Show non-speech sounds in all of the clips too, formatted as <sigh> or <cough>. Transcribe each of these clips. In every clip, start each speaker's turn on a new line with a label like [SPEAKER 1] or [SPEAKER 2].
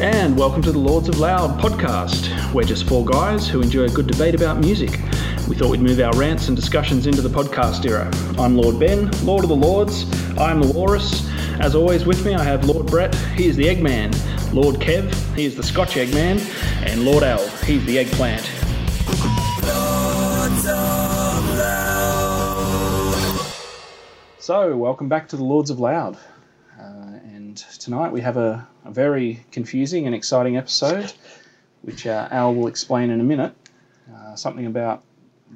[SPEAKER 1] And welcome to the Lords of Loud podcast. We're just four guys who enjoy a good debate about music. We thought we'd move our rants and discussions into the podcast era. I'm Lord Ben, Lord of the Lords. I'm the Walrus. As always, with me I have Lord Brett, he is the Eggman. Lord Kev, he is the Scotch Eggman. And Lord Al, he's the Eggplant. So, welcome back to the Lords of Loud. Uh, and tonight we have a, a very confusing and exciting episode, which uh, Al will explain in a minute. Uh, something about,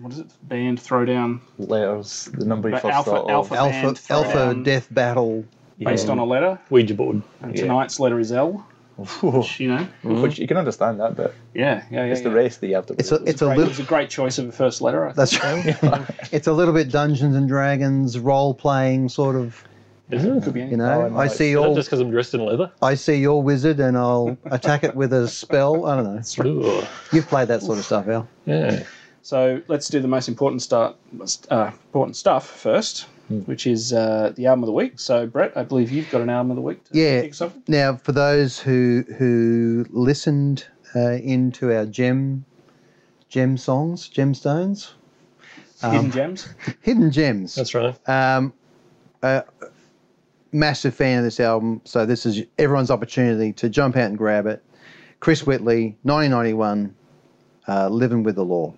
[SPEAKER 1] what is it, band throwdown,
[SPEAKER 2] letters, the number you
[SPEAKER 1] But
[SPEAKER 2] first
[SPEAKER 1] alpha-
[SPEAKER 2] thought
[SPEAKER 1] alpha-
[SPEAKER 2] of.
[SPEAKER 1] band
[SPEAKER 3] Alpha
[SPEAKER 1] thrown
[SPEAKER 3] Alpha
[SPEAKER 1] down.
[SPEAKER 3] Death Battle.
[SPEAKER 1] based on a letter.
[SPEAKER 4] Ouija board.
[SPEAKER 1] And
[SPEAKER 2] Yeah.
[SPEAKER 1] tonight's letter is L,
[SPEAKER 2] Whew.
[SPEAKER 1] which, you know.
[SPEAKER 2] Which Mm-hmm. you can understand that, but
[SPEAKER 1] Yeah, yeah, yeah.
[SPEAKER 2] it's the
[SPEAKER 1] yeah.
[SPEAKER 2] rest that you have to.
[SPEAKER 3] It's a it's a
[SPEAKER 1] Great-
[SPEAKER 3] little
[SPEAKER 1] it's a great choice of a first letter. I think.
[SPEAKER 3] that's right. <laughs> it's a little bit Dungeons and Dragons role playing sort of.
[SPEAKER 4] Is it?
[SPEAKER 1] Could be
[SPEAKER 3] You
[SPEAKER 1] anything.
[SPEAKER 3] know,
[SPEAKER 2] Oh, no,
[SPEAKER 3] I see
[SPEAKER 4] Is it
[SPEAKER 3] your
[SPEAKER 4] just because I'm dressed in leather?
[SPEAKER 3] I see your wizard and I'll attack it with a spell. I don't know.
[SPEAKER 4] Ooh.
[SPEAKER 3] You've played that sort of stuff, Al.
[SPEAKER 4] Yeah.
[SPEAKER 1] So let's do the most important start, uh, important stuff first, which is uh, the album of the week. So Brett, I believe you've got an album of the week. To
[SPEAKER 3] Yeah.
[SPEAKER 1] pick something.
[SPEAKER 3] Now, for those who who listened uh, into our gem gem songs, gemstones, Um,
[SPEAKER 1] Hidden gems.
[SPEAKER 3] hidden gems.
[SPEAKER 4] That's right.
[SPEAKER 3] Um, uh, massive fan of this album, so this is everyone's opportunity to jump out and grab it. Chris Whitley, 1991, uh, "Living with the Law."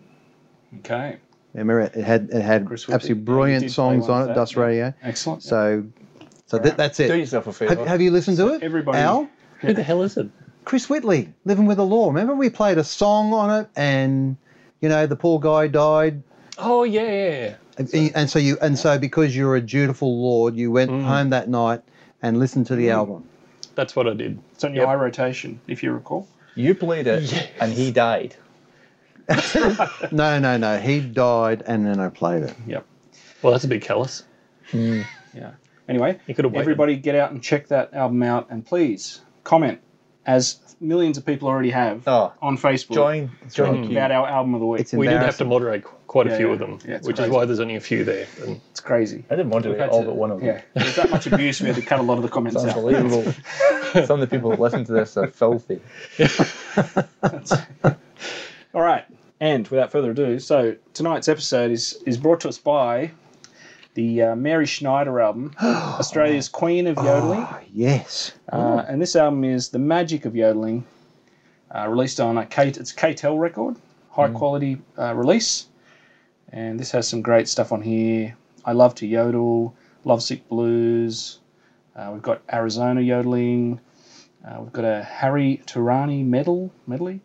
[SPEAKER 1] Okay.
[SPEAKER 3] Remember, it, it had it had
[SPEAKER 1] Chris Whitley. Yeah,
[SPEAKER 3] absolutely
[SPEAKER 1] he
[SPEAKER 3] brilliant
[SPEAKER 1] did
[SPEAKER 3] songs
[SPEAKER 1] play one
[SPEAKER 3] on
[SPEAKER 1] of
[SPEAKER 3] it,
[SPEAKER 1] that,
[SPEAKER 3] Dust
[SPEAKER 1] yeah.
[SPEAKER 3] Radio.
[SPEAKER 1] Excellent.
[SPEAKER 3] So, so that, that's
[SPEAKER 2] Do
[SPEAKER 3] it.
[SPEAKER 2] yourself a
[SPEAKER 3] Have,
[SPEAKER 2] favour.
[SPEAKER 3] have you listened to it?
[SPEAKER 1] everybody-
[SPEAKER 3] Al,
[SPEAKER 4] Who the hell is it?
[SPEAKER 3] Chris Whitley, "Living with the Law." Remember, we played a song on it, and you know, the poor guy died.
[SPEAKER 4] Oh yeah, yeah, yeah.
[SPEAKER 3] And- and so you and so because you're a dutiful lord, you
[SPEAKER 1] Mm.
[SPEAKER 3] went home that night and listened to the album.
[SPEAKER 4] That's what I did.
[SPEAKER 1] it's on your eye rotation, if you recall.
[SPEAKER 2] You played it and he died.
[SPEAKER 3] No, no, no. He died, and then I played it.
[SPEAKER 1] Yep.
[SPEAKER 4] Well, that's a bit callous.
[SPEAKER 1] Yeah. Anyway,
[SPEAKER 4] You could have waited.
[SPEAKER 1] everybody get out and check that album out, and please comment, as millions of people already have
[SPEAKER 2] Oh.
[SPEAKER 1] on Facebook
[SPEAKER 2] Join, join.
[SPEAKER 1] about our album of the week.
[SPEAKER 3] It's
[SPEAKER 4] We did have to
[SPEAKER 3] embarrassing.
[SPEAKER 4] moderate qu- quite
[SPEAKER 1] Yeah,
[SPEAKER 4] a few
[SPEAKER 1] yeah.
[SPEAKER 4] of them,
[SPEAKER 1] Yeah, it's
[SPEAKER 4] which
[SPEAKER 1] crazy.
[SPEAKER 4] is why there's only a few there. And
[SPEAKER 1] It's crazy.
[SPEAKER 2] I didn't moderate
[SPEAKER 1] Had
[SPEAKER 2] all
[SPEAKER 1] to-
[SPEAKER 2] but one of them.
[SPEAKER 1] Yeah. There's that much abuse. We had to cut a lot of the comments
[SPEAKER 2] It's
[SPEAKER 1] out. <laughs>
[SPEAKER 2] unbelievable. Some of the people that listen to this are filthy.
[SPEAKER 1] All right. And without further ado, so tonight's episode is, is brought to us by the uh, Mary Schneider album, Australia's Queen of Yodeling.
[SPEAKER 3] Ah, yes. Oh.
[SPEAKER 1] Uh, and this album is The Magic of Yodeling, uh, released on a K, it's KTEL record, high
[SPEAKER 3] Mm.
[SPEAKER 1] quality uh, release. And this has some great stuff on here. I Love to Yodel, Lovesick Blues. Uh, we've got Arizona Yodeling. Uh, we've got a Harry Tarani medal, medley.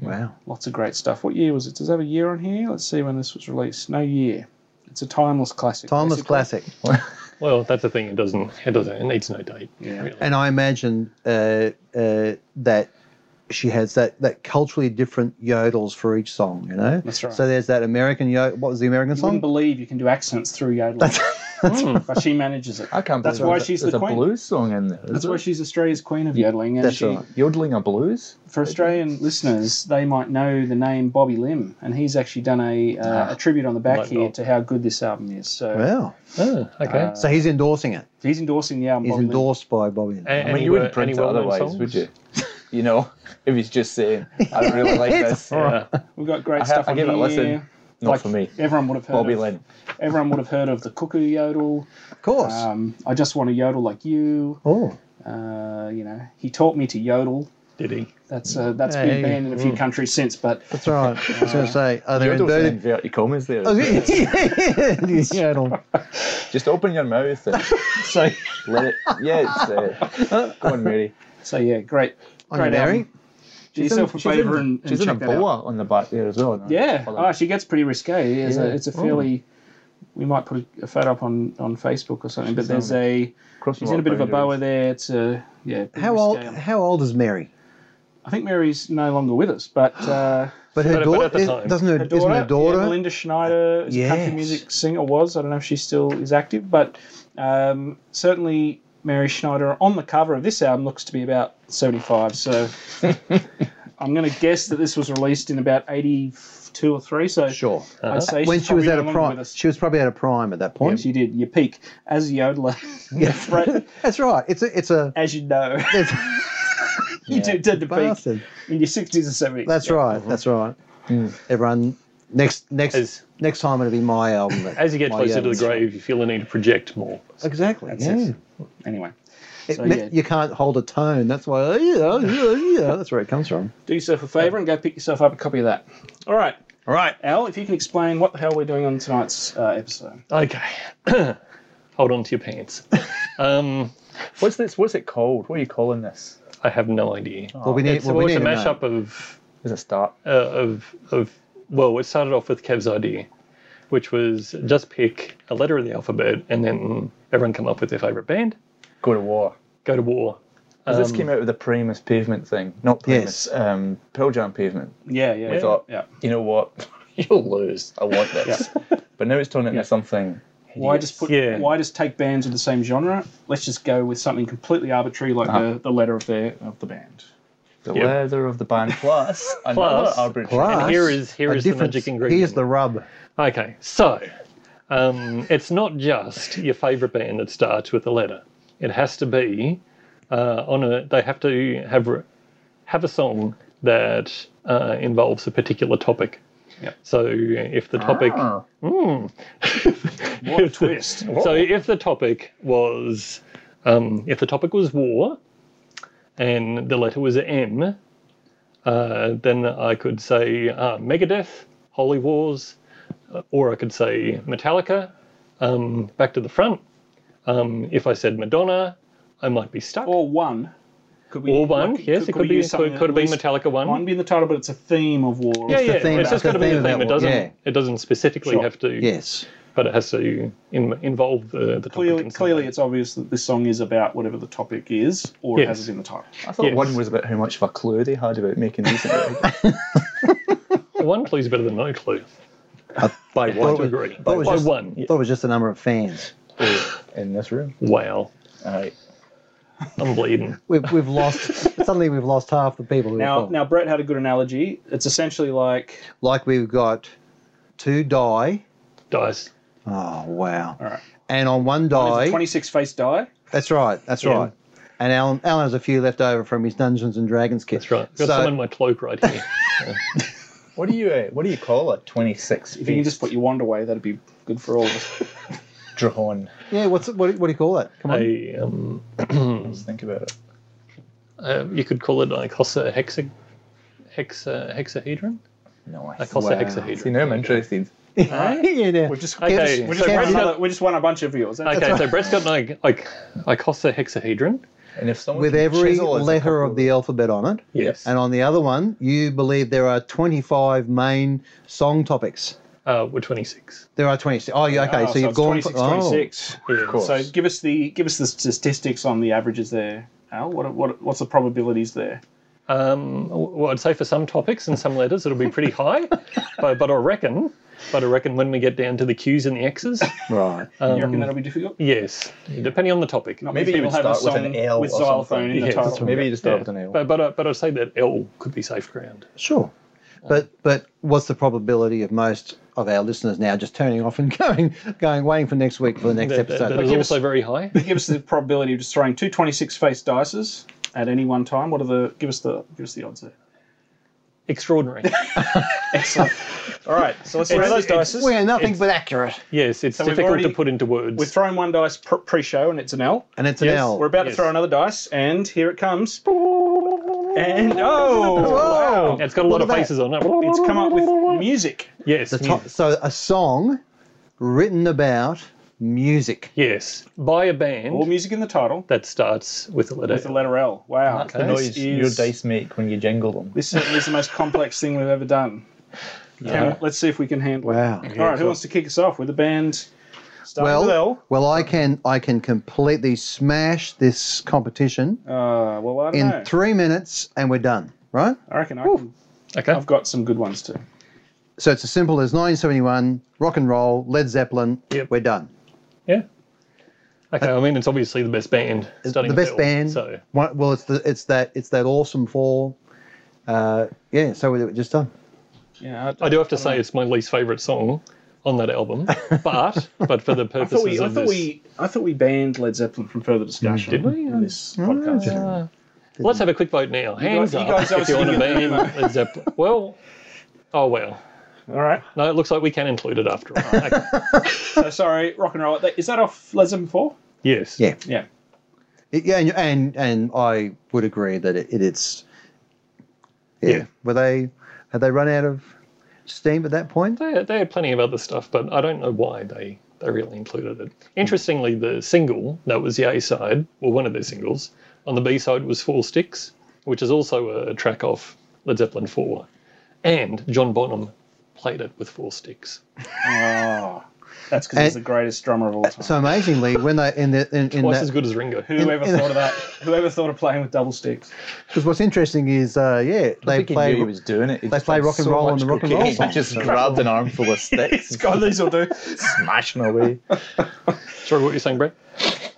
[SPEAKER 3] Wow.
[SPEAKER 1] Lots of great stuff. What year was it? Does it have a year on here? Let's see when this was released. No year. It's a timeless classic.
[SPEAKER 3] Timeless
[SPEAKER 1] basically.
[SPEAKER 3] classic.
[SPEAKER 4] well, that's the thing. It doesn't. It doesn't. It needs no date.
[SPEAKER 1] Yeah.
[SPEAKER 4] really.
[SPEAKER 3] And I imagine uh, uh, that she has that, that culturally different yodels for each song. You know.
[SPEAKER 1] That's right.
[SPEAKER 3] So there's that American yodel. What was the American
[SPEAKER 1] You wouldn't
[SPEAKER 3] song? <laughs>
[SPEAKER 1] believe you can do accents through yodeling, but she manages it.
[SPEAKER 2] Hmm. I can't
[SPEAKER 1] That's
[SPEAKER 2] believe
[SPEAKER 1] why
[SPEAKER 2] there's
[SPEAKER 1] she's
[SPEAKER 2] a- there's
[SPEAKER 1] the
[SPEAKER 2] a
[SPEAKER 1] queen.
[SPEAKER 2] blues song in there.
[SPEAKER 1] That's why she's Australia's queen of yodeling, and
[SPEAKER 3] That's
[SPEAKER 1] she,
[SPEAKER 3] right.
[SPEAKER 2] Yodeling a blues?
[SPEAKER 1] for Australian listeners, they might know the name Bobby Lim, and he's actually done a,
[SPEAKER 2] Ah,
[SPEAKER 1] uh, a tribute on the back
[SPEAKER 4] Might
[SPEAKER 1] here
[SPEAKER 4] not.
[SPEAKER 1] to how good this album is. So
[SPEAKER 3] Wow.
[SPEAKER 4] Oh, okay.
[SPEAKER 1] Uh,
[SPEAKER 3] So he's endorsing it.
[SPEAKER 1] he's endorsing the album.
[SPEAKER 3] He's
[SPEAKER 1] Bobby Lim.
[SPEAKER 3] endorsed by Bobby.
[SPEAKER 4] A-
[SPEAKER 2] I mean,
[SPEAKER 4] any
[SPEAKER 2] you wouldn't
[SPEAKER 4] well-
[SPEAKER 2] print
[SPEAKER 4] any
[SPEAKER 2] it
[SPEAKER 4] well-known
[SPEAKER 2] otherwise,
[SPEAKER 4] songs?
[SPEAKER 2] would you? <laughs> You know, if he's just saying, I
[SPEAKER 3] <laughs>
[SPEAKER 2] really like this.
[SPEAKER 4] Yeah.
[SPEAKER 1] We've got great
[SPEAKER 2] I, ha-
[SPEAKER 1] stuff
[SPEAKER 2] I
[SPEAKER 1] on
[SPEAKER 2] give it
[SPEAKER 1] here.
[SPEAKER 2] a listen. Not
[SPEAKER 1] Like,
[SPEAKER 2] for me.
[SPEAKER 1] Everyone would have heard.
[SPEAKER 2] Bobby
[SPEAKER 1] of,
[SPEAKER 2] Lynn.
[SPEAKER 1] Everyone would have heard of the cuckoo yodel.
[SPEAKER 3] Of course.
[SPEAKER 1] Um, I just want to yodel like you.
[SPEAKER 3] oh.
[SPEAKER 1] Uh, you know, he taught me to yodel.
[SPEAKER 4] <laughs> Did he?
[SPEAKER 1] That's uh, that's
[SPEAKER 3] Hey.
[SPEAKER 1] been banned in a few
[SPEAKER 2] Hmm.
[SPEAKER 1] countries since, but
[SPEAKER 3] That's all right. I Oh, was going to say, are there
[SPEAKER 2] Yodel's in
[SPEAKER 3] inverted?
[SPEAKER 2] inverted commas there.
[SPEAKER 3] <laughs>
[SPEAKER 1] <laughs>
[SPEAKER 3] Yodel.
[SPEAKER 2] Just open your mouth and
[SPEAKER 1] so
[SPEAKER 2] let it. Yeah, it's. Uh, go
[SPEAKER 1] <laughs>
[SPEAKER 2] on, Mary.
[SPEAKER 1] so yeah, great.
[SPEAKER 3] On
[SPEAKER 1] Great
[SPEAKER 3] Mary?
[SPEAKER 1] album. Do yourself a favour and, and
[SPEAKER 2] she's in a
[SPEAKER 1] check that out.
[SPEAKER 2] boa on the back there as well. No?
[SPEAKER 1] Yeah.
[SPEAKER 2] Hold
[SPEAKER 1] Oh,
[SPEAKER 2] on.
[SPEAKER 1] she gets pretty risque. It's, a,
[SPEAKER 2] Yeah.
[SPEAKER 1] it's a fairly. We might put a photo up on, on Facebook or something, but there's a.
[SPEAKER 2] Crossing
[SPEAKER 1] She's in a bit of a boa
[SPEAKER 2] boundaries.
[SPEAKER 1] there. It's a. Yeah. pretty
[SPEAKER 3] How old?
[SPEAKER 1] risque.
[SPEAKER 3] How old is Mary?
[SPEAKER 1] I think Mary's no longer with us, but uh,
[SPEAKER 3] But her
[SPEAKER 4] But- but
[SPEAKER 3] daughter
[SPEAKER 4] at the time-
[SPEAKER 3] doesn't her,
[SPEAKER 1] her daughter,
[SPEAKER 3] isn't her daughter?
[SPEAKER 1] yeah, Melinda Schneider, is a country
[SPEAKER 3] Yes.
[SPEAKER 1] music singer, was. I don't know if she still is active, but um, certainly Mary Schneider on the cover of this album looks to be about 75.
[SPEAKER 3] <laughs>
[SPEAKER 1] So I'm going to guess that this was released in about 82 or 3. So
[SPEAKER 3] Sure.
[SPEAKER 4] Uh-huh.
[SPEAKER 1] I'd say
[SPEAKER 3] when
[SPEAKER 1] she's
[SPEAKER 3] she was
[SPEAKER 1] probably
[SPEAKER 3] at
[SPEAKER 1] no
[SPEAKER 3] a
[SPEAKER 1] longer
[SPEAKER 3] prime,
[SPEAKER 1] with us.
[SPEAKER 3] she was probably at a prime at that point.
[SPEAKER 1] Yes, you did. You peak
[SPEAKER 3] <laughs>
[SPEAKER 1] as a yodeler, <laughs>
[SPEAKER 3] Yes.
[SPEAKER 1] Brett,
[SPEAKER 4] <laughs>
[SPEAKER 3] That's right. It's a. It's a.
[SPEAKER 1] as you know.
[SPEAKER 3] It's,
[SPEAKER 1] <laughs> you
[SPEAKER 2] Yeah.
[SPEAKER 1] did did the peak
[SPEAKER 3] Bastard.
[SPEAKER 1] in your sixties and seventies.
[SPEAKER 3] That's right. That's right. Mm-hmm. Everyone, next next
[SPEAKER 4] As-
[SPEAKER 3] next time it'll be my album. that-
[SPEAKER 4] <laughs> As you get
[SPEAKER 3] my
[SPEAKER 4] closer to the
[SPEAKER 3] album's-
[SPEAKER 4] grave, you feel the need to project more.
[SPEAKER 3] Exactly.
[SPEAKER 1] That's
[SPEAKER 3] yeah.
[SPEAKER 1] it. Anyway,
[SPEAKER 3] It
[SPEAKER 1] So,
[SPEAKER 3] me-
[SPEAKER 1] yeah.
[SPEAKER 3] You can't hold a tone. That's why. "Oh, yeah, oh, yeah, yeah." That's where it comes
[SPEAKER 4] <laughs>
[SPEAKER 3] from.
[SPEAKER 1] do yourself a favour and go pick yourself up a copy of that. All right,
[SPEAKER 3] All right.
[SPEAKER 1] Al, if you can explain what the hell we're doing on tonight's uh, episode.
[SPEAKER 4] Okay. <coughs> Hold on to your pants. um,
[SPEAKER 2] What's this? What's it called? What are you calling this?
[SPEAKER 4] I have no idea.
[SPEAKER 2] Oh,
[SPEAKER 3] Well, we need.
[SPEAKER 4] it's,
[SPEAKER 3] Well,
[SPEAKER 4] well,
[SPEAKER 3] we
[SPEAKER 4] it's
[SPEAKER 3] need
[SPEAKER 4] a
[SPEAKER 3] to know.
[SPEAKER 4] mashup of,
[SPEAKER 2] Is a start.
[SPEAKER 4] uh, of of well, it started off with Kev's idea, which was just pick a letter of the alphabet and then everyone come up with their favorite band,
[SPEAKER 2] Go to war.
[SPEAKER 4] go to war. <laughs>
[SPEAKER 2] 'Cause this
[SPEAKER 4] Um,
[SPEAKER 2] came out of the Primus pavement thing, not Primus. Um, Pearl Jam pavement.
[SPEAKER 1] Yeah, yeah, yeah.
[SPEAKER 2] thought-
[SPEAKER 1] yeah.
[SPEAKER 2] You know what? You'll lose. I want this. <laughs> But now it's turned into something.
[SPEAKER 1] Why just put?
[SPEAKER 4] Yeah.
[SPEAKER 1] Why just take bands of the same genre? Let's just go with something completely arbitrary, like
[SPEAKER 3] Ah.
[SPEAKER 1] the, the letter of their of the band.
[SPEAKER 4] <laughs>
[SPEAKER 2] The
[SPEAKER 4] Yep.
[SPEAKER 2] leather of the band plus
[SPEAKER 1] <laughs>
[SPEAKER 2] another
[SPEAKER 4] Plus.
[SPEAKER 2] arbitrary.
[SPEAKER 3] Plus,
[SPEAKER 4] here is- here
[SPEAKER 3] a
[SPEAKER 4] is the
[SPEAKER 3] difference-
[SPEAKER 4] magic ingredient.
[SPEAKER 3] Here's the rub.
[SPEAKER 4] Okay, so um, it's not just your favourite band that starts with a letter. It has to be uh, on a. They have to have have a song that uh, involves a particular topic.
[SPEAKER 1] Yep.
[SPEAKER 4] So if the topic,
[SPEAKER 2] Ah.
[SPEAKER 1] What a
[SPEAKER 4] If the-
[SPEAKER 1] twist!
[SPEAKER 4] so if the topic was, um, if the topic was war, and the letter was M, uh, then I could say uh, Megadeth, Holy Wars, uh, or I could say Metallica, um, Back to the Front. Um, if I said Madonna, I might be stuck. Or,
[SPEAKER 1] Or one. Could we,
[SPEAKER 4] one,
[SPEAKER 1] like,
[SPEAKER 4] yes, it could be.
[SPEAKER 1] use something
[SPEAKER 4] Could, could
[SPEAKER 1] at
[SPEAKER 4] have been
[SPEAKER 1] least-
[SPEAKER 4] Metallica one.
[SPEAKER 1] One be in the title, but it's a theme of war.
[SPEAKER 4] yeah, yeah.
[SPEAKER 3] theme-
[SPEAKER 4] it's just
[SPEAKER 3] it's
[SPEAKER 4] got
[SPEAKER 3] the
[SPEAKER 4] to be
[SPEAKER 3] theme
[SPEAKER 4] a
[SPEAKER 3] of
[SPEAKER 4] theme.
[SPEAKER 3] that
[SPEAKER 4] It
[SPEAKER 3] one,
[SPEAKER 4] doesn't.
[SPEAKER 3] yeah.
[SPEAKER 4] It doesn't specifically
[SPEAKER 1] Sure.
[SPEAKER 4] have to.
[SPEAKER 3] Yes.
[SPEAKER 4] But it has to in, involve uh, the, the topic.
[SPEAKER 1] Clearly,
[SPEAKER 4] in some way.
[SPEAKER 1] clearly, it's obvious that this song is about whatever the topic is, or it
[SPEAKER 4] Yes.
[SPEAKER 1] has it in the title.
[SPEAKER 2] I thought
[SPEAKER 4] Yes.
[SPEAKER 2] one was about how much of a clue they had about
[SPEAKER 1] <laughs>
[SPEAKER 2] making these.
[SPEAKER 4] One clue's better than no clue.
[SPEAKER 2] By
[SPEAKER 4] I
[SPEAKER 2] one
[SPEAKER 4] do agree. By,
[SPEAKER 3] That was just-
[SPEAKER 4] one.
[SPEAKER 3] Thought it was just the number of fans.
[SPEAKER 2] in this room.
[SPEAKER 4] Wow.
[SPEAKER 2] All right.
[SPEAKER 4] I'm bleeding.
[SPEAKER 3] We've, we've lost. <laughs> suddenly, we've lost half the people. Who
[SPEAKER 1] Now,
[SPEAKER 3] thought-
[SPEAKER 1] now, Brett had a good analogy. It's essentially like
[SPEAKER 3] like we've got two die.
[SPEAKER 4] Dice.
[SPEAKER 3] Oh wow!
[SPEAKER 1] All right.
[SPEAKER 3] And on one die,
[SPEAKER 1] twenty-six face die.
[SPEAKER 3] that's right. That's
[SPEAKER 4] Yeah.
[SPEAKER 3] right. And Alan, Alan has a few left over from his Dungeons and Dragons kit.
[SPEAKER 4] That's right. I've got
[SPEAKER 3] So-
[SPEAKER 4] some in my cloak right here.
[SPEAKER 2] What do you uh, What do you call it? Twenty six.
[SPEAKER 1] If you can just put your wand away, that'd be good for all of
[SPEAKER 3] <laughs>
[SPEAKER 1] us.
[SPEAKER 2] drawn.
[SPEAKER 3] Yeah. What's it- what, do- what do you call that? <laughs> Come on.
[SPEAKER 4] a, um, <clears throat>
[SPEAKER 2] Let's think about it.
[SPEAKER 4] uh, you could call it like hosa hexa, hexa, hexahedron?
[SPEAKER 2] Nice.
[SPEAKER 4] Like hosa
[SPEAKER 3] Wow.
[SPEAKER 2] See,
[SPEAKER 4] hexahedron.
[SPEAKER 2] now I'm interested.
[SPEAKER 3] <laughs> yeah, yeah.
[SPEAKER 1] We've just,
[SPEAKER 4] Okay,
[SPEAKER 1] we've just
[SPEAKER 4] so
[SPEAKER 1] won
[SPEAKER 4] Brett's
[SPEAKER 1] another-
[SPEAKER 4] got-
[SPEAKER 1] we just won a bunch of viewers. That's-
[SPEAKER 4] Okay, so Brett's got like, like, like hosa hexahedron.
[SPEAKER 2] And if someone
[SPEAKER 3] With
[SPEAKER 2] can
[SPEAKER 3] every
[SPEAKER 2] chisel us a
[SPEAKER 3] letter
[SPEAKER 2] couple
[SPEAKER 3] of the alphabet on it,
[SPEAKER 4] Yes.
[SPEAKER 3] and on the other one, you believe there are 25 main song topics.
[SPEAKER 4] Uh, we're 26.
[SPEAKER 3] There are 26. Oh, yeah. Okay.
[SPEAKER 1] Oh,
[SPEAKER 3] so, you've
[SPEAKER 1] it's
[SPEAKER 3] gone.
[SPEAKER 1] 26,
[SPEAKER 3] for, oh.
[SPEAKER 1] 26.
[SPEAKER 4] Yeah.
[SPEAKER 2] Of course.
[SPEAKER 1] So give us the give us the statistics on the averages there, Al. What, what what's the probabilities there?
[SPEAKER 4] Um, well, I'd say for some topics and some letters, it'll be pretty high. <laughs> but, but I reckon, but I reckon when we get down to the Q's and the
[SPEAKER 3] <laughs>
[SPEAKER 4] X's, um,
[SPEAKER 3] Right.
[SPEAKER 1] you reckon that'll be difficult?
[SPEAKER 4] yes, depending on the topic.
[SPEAKER 1] Not
[SPEAKER 2] Maybe
[SPEAKER 1] many
[SPEAKER 2] you
[SPEAKER 1] people
[SPEAKER 2] would
[SPEAKER 1] have a
[SPEAKER 2] start with an
[SPEAKER 1] song
[SPEAKER 2] L
[SPEAKER 1] with
[SPEAKER 2] or
[SPEAKER 1] xylophone
[SPEAKER 2] something.
[SPEAKER 1] in the
[SPEAKER 4] Yeah, that's
[SPEAKER 1] title.
[SPEAKER 4] right.
[SPEAKER 2] Maybe you just start
[SPEAKER 4] Yeah.
[SPEAKER 2] with an L.
[SPEAKER 4] But, but, I, but I'd say that L could be safe ground.
[SPEAKER 3] Sure.
[SPEAKER 4] Oh.
[SPEAKER 3] But but what's the probability of most of our listeners now just turning off and <laughs> going going waiting for next week for the next
[SPEAKER 4] That, that-
[SPEAKER 3] episode?
[SPEAKER 4] that is
[SPEAKER 1] give
[SPEAKER 4] also
[SPEAKER 3] <laughs>
[SPEAKER 1] us-
[SPEAKER 4] very high.
[SPEAKER 1] give us the probability of just throwing two 26 face dices at any one time. What are the give us the give us the odds there? <laughs>
[SPEAKER 4] Extraordinary.
[SPEAKER 1] Excellent. All right, so let's throw
[SPEAKER 4] It's-
[SPEAKER 1] those
[SPEAKER 4] it's-
[SPEAKER 1] dices.
[SPEAKER 3] we are nothing
[SPEAKER 4] it's-
[SPEAKER 3] but accurate,
[SPEAKER 4] yes, it's
[SPEAKER 1] we've
[SPEAKER 4] difficult
[SPEAKER 1] already-
[SPEAKER 4] to put into words.
[SPEAKER 1] We've thrown one dice pr- pre-show and it's an L.
[SPEAKER 3] and it's an
[SPEAKER 4] Yes,
[SPEAKER 3] L.
[SPEAKER 1] We're about to
[SPEAKER 4] Yes.
[SPEAKER 1] throw another dice, and here it comes. And oh, wow.
[SPEAKER 4] it's got a lot of
[SPEAKER 3] at that.
[SPEAKER 4] faces on it.
[SPEAKER 1] it's come up with music.
[SPEAKER 4] yes,
[SPEAKER 3] The top, so a song written about music.
[SPEAKER 4] yes, by a band
[SPEAKER 1] All music in the title
[SPEAKER 4] that starts with a letter.
[SPEAKER 1] with the letter L. Wow,
[SPEAKER 2] That's the noise
[SPEAKER 1] This
[SPEAKER 2] your
[SPEAKER 1] is-
[SPEAKER 2] dice make when you jingle them.
[SPEAKER 1] This is, this is the most complex thing we've ever done. Can- let's see if we can handle it.
[SPEAKER 3] Wow.
[SPEAKER 1] All right, who wants to kick us off with the band? Starting with
[SPEAKER 3] Well,
[SPEAKER 1] L.
[SPEAKER 3] well, I can I can completely smash this competition
[SPEAKER 1] Uh, well, I don't
[SPEAKER 3] in
[SPEAKER 1] know.
[SPEAKER 3] three minutes, and we're done. Right.
[SPEAKER 1] I reckon I can,
[SPEAKER 4] okay,
[SPEAKER 1] I've got some good ones too.
[SPEAKER 3] So it's as simple as 1971, rock and roll, Led Zeppelin.
[SPEAKER 4] Yep.
[SPEAKER 3] We're done.
[SPEAKER 4] yeah. Okay, I mean it's obviously the best band. Starting
[SPEAKER 3] the
[SPEAKER 4] with
[SPEAKER 3] best
[SPEAKER 4] L,
[SPEAKER 3] band.
[SPEAKER 4] So
[SPEAKER 3] One- well, it's the it's that it's that awesome four. Uh, yeah, so we are just done.
[SPEAKER 1] Yeah,
[SPEAKER 4] I do have to say it's my least favorite song on that
[SPEAKER 3] <laughs>
[SPEAKER 4] album, but but for the
[SPEAKER 1] I thought
[SPEAKER 4] purposes
[SPEAKER 1] we, I
[SPEAKER 4] of
[SPEAKER 1] thought
[SPEAKER 4] this,
[SPEAKER 1] we, I thought we banned Led Zeppelin from further discussion.
[SPEAKER 3] Mm,
[SPEAKER 4] Did we?
[SPEAKER 1] In this podcast.
[SPEAKER 4] Uh, Let's have a quick vote now. Hands
[SPEAKER 1] guys- you
[SPEAKER 4] up
[SPEAKER 1] guys are
[SPEAKER 4] if you want to
[SPEAKER 1] singing <laughs>
[SPEAKER 4] ban Led Zeppelin. Well, oh well.
[SPEAKER 1] All right.
[SPEAKER 4] No, it looks like we can include it after
[SPEAKER 3] <laughs>
[SPEAKER 4] all. Okay.
[SPEAKER 1] So sorry, rock and roll. Is that off Les Zeppelin four?
[SPEAKER 4] Yes.
[SPEAKER 3] Yeah.
[SPEAKER 1] Yeah.
[SPEAKER 3] It- yeah, and, and and I would agree that it, it it's yeah.
[SPEAKER 4] Yeah.
[SPEAKER 3] Were they had they run out of steam at that point?
[SPEAKER 4] They, they had plenty of other stuff, but I don't know why they, they really included it. Interestingly, the single that was the A side, or one of their singles, on the B side was Four Sticks, which is also a track off Led Zeppelin 4. And John Bonham played it with Four Sticks.
[SPEAKER 1] Oh, that's because he's the
[SPEAKER 3] And-
[SPEAKER 1] greatest drummer of all time.
[SPEAKER 3] Uh, So amazingly, when they in the in, in
[SPEAKER 4] Twice
[SPEAKER 3] that-
[SPEAKER 4] as good as Ringo.
[SPEAKER 1] Whoever
[SPEAKER 3] in-
[SPEAKER 1] thought of that? Whoever thought of playing with double sticks?
[SPEAKER 3] Because what's interesting is, uh, yeah,
[SPEAKER 2] I
[SPEAKER 3] they
[SPEAKER 2] think he knew
[SPEAKER 3] play.
[SPEAKER 2] he was doing it. He
[SPEAKER 3] they
[SPEAKER 2] just
[SPEAKER 3] play
[SPEAKER 2] had
[SPEAKER 3] rock and roll
[SPEAKER 2] much
[SPEAKER 3] on the rock and roll
[SPEAKER 2] cocaine, <laughs>
[SPEAKER 3] song.
[SPEAKER 2] He just grabbed an armful
[SPEAKER 3] <laughs>
[SPEAKER 2] of sticks,
[SPEAKER 1] It's God, these will do.
[SPEAKER 2] smashing away.
[SPEAKER 4] Sorry, what were you saying, Brett?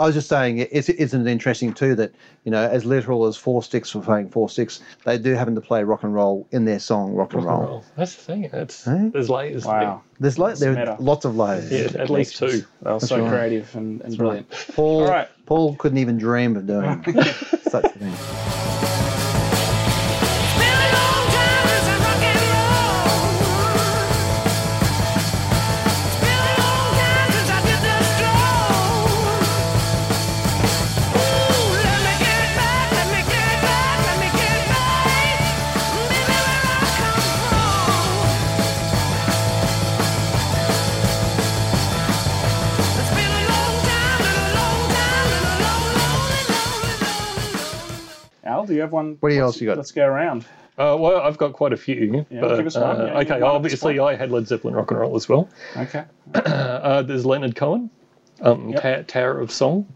[SPEAKER 3] I was just saying, it- it's, isn't it interesting too that you know, as literal as Four Sticks were playing Four Sticks, they do happen to play rock and roll in their song Rock and Roll.
[SPEAKER 4] Well, that's the thing. It's,
[SPEAKER 3] Right?
[SPEAKER 4] There's layers. there.
[SPEAKER 1] Wow,
[SPEAKER 3] There's like there
[SPEAKER 1] meta.
[SPEAKER 3] are lots of layers.
[SPEAKER 4] Yeah, at least two.
[SPEAKER 1] they were so
[SPEAKER 3] right.
[SPEAKER 1] creative and, and brilliant.
[SPEAKER 3] Paul
[SPEAKER 1] All right.
[SPEAKER 3] Paul couldn't even dream of doing such a thing.
[SPEAKER 5] Been a long time since rock and roll. It's been a long time since I did the stroll. Ooh, let me get back, let me get back, let me get back. Baby, where I come from. It's been a long time, been a long time, been a long, lonely, lonely, lonely, lonely.
[SPEAKER 1] Al, do you have one?
[SPEAKER 3] What
[SPEAKER 1] let's-
[SPEAKER 3] else you got?
[SPEAKER 1] Let's go around.
[SPEAKER 4] Uh, well, I've got quite a few.
[SPEAKER 1] Yeah,
[SPEAKER 4] but,
[SPEAKER 1] give us one.
[SPEAKER 4] uh,
[SPEAKER 1] Yeah,
[SPEAKER 4] okay,
[SPEAKER 1] you want
[SPEAKER 4] obviously,
[SPEAKER 1] one.
[SPEAKER 4] I had Led Zeppelin rock and roll as well.
[SPEAKER 1] Okay,
[SPEAKER 4] Uh, there's Leonard Cohen, um,
[SPEAKER 1] Yep.
[SPEAKER 4] Ta- Tower of Song,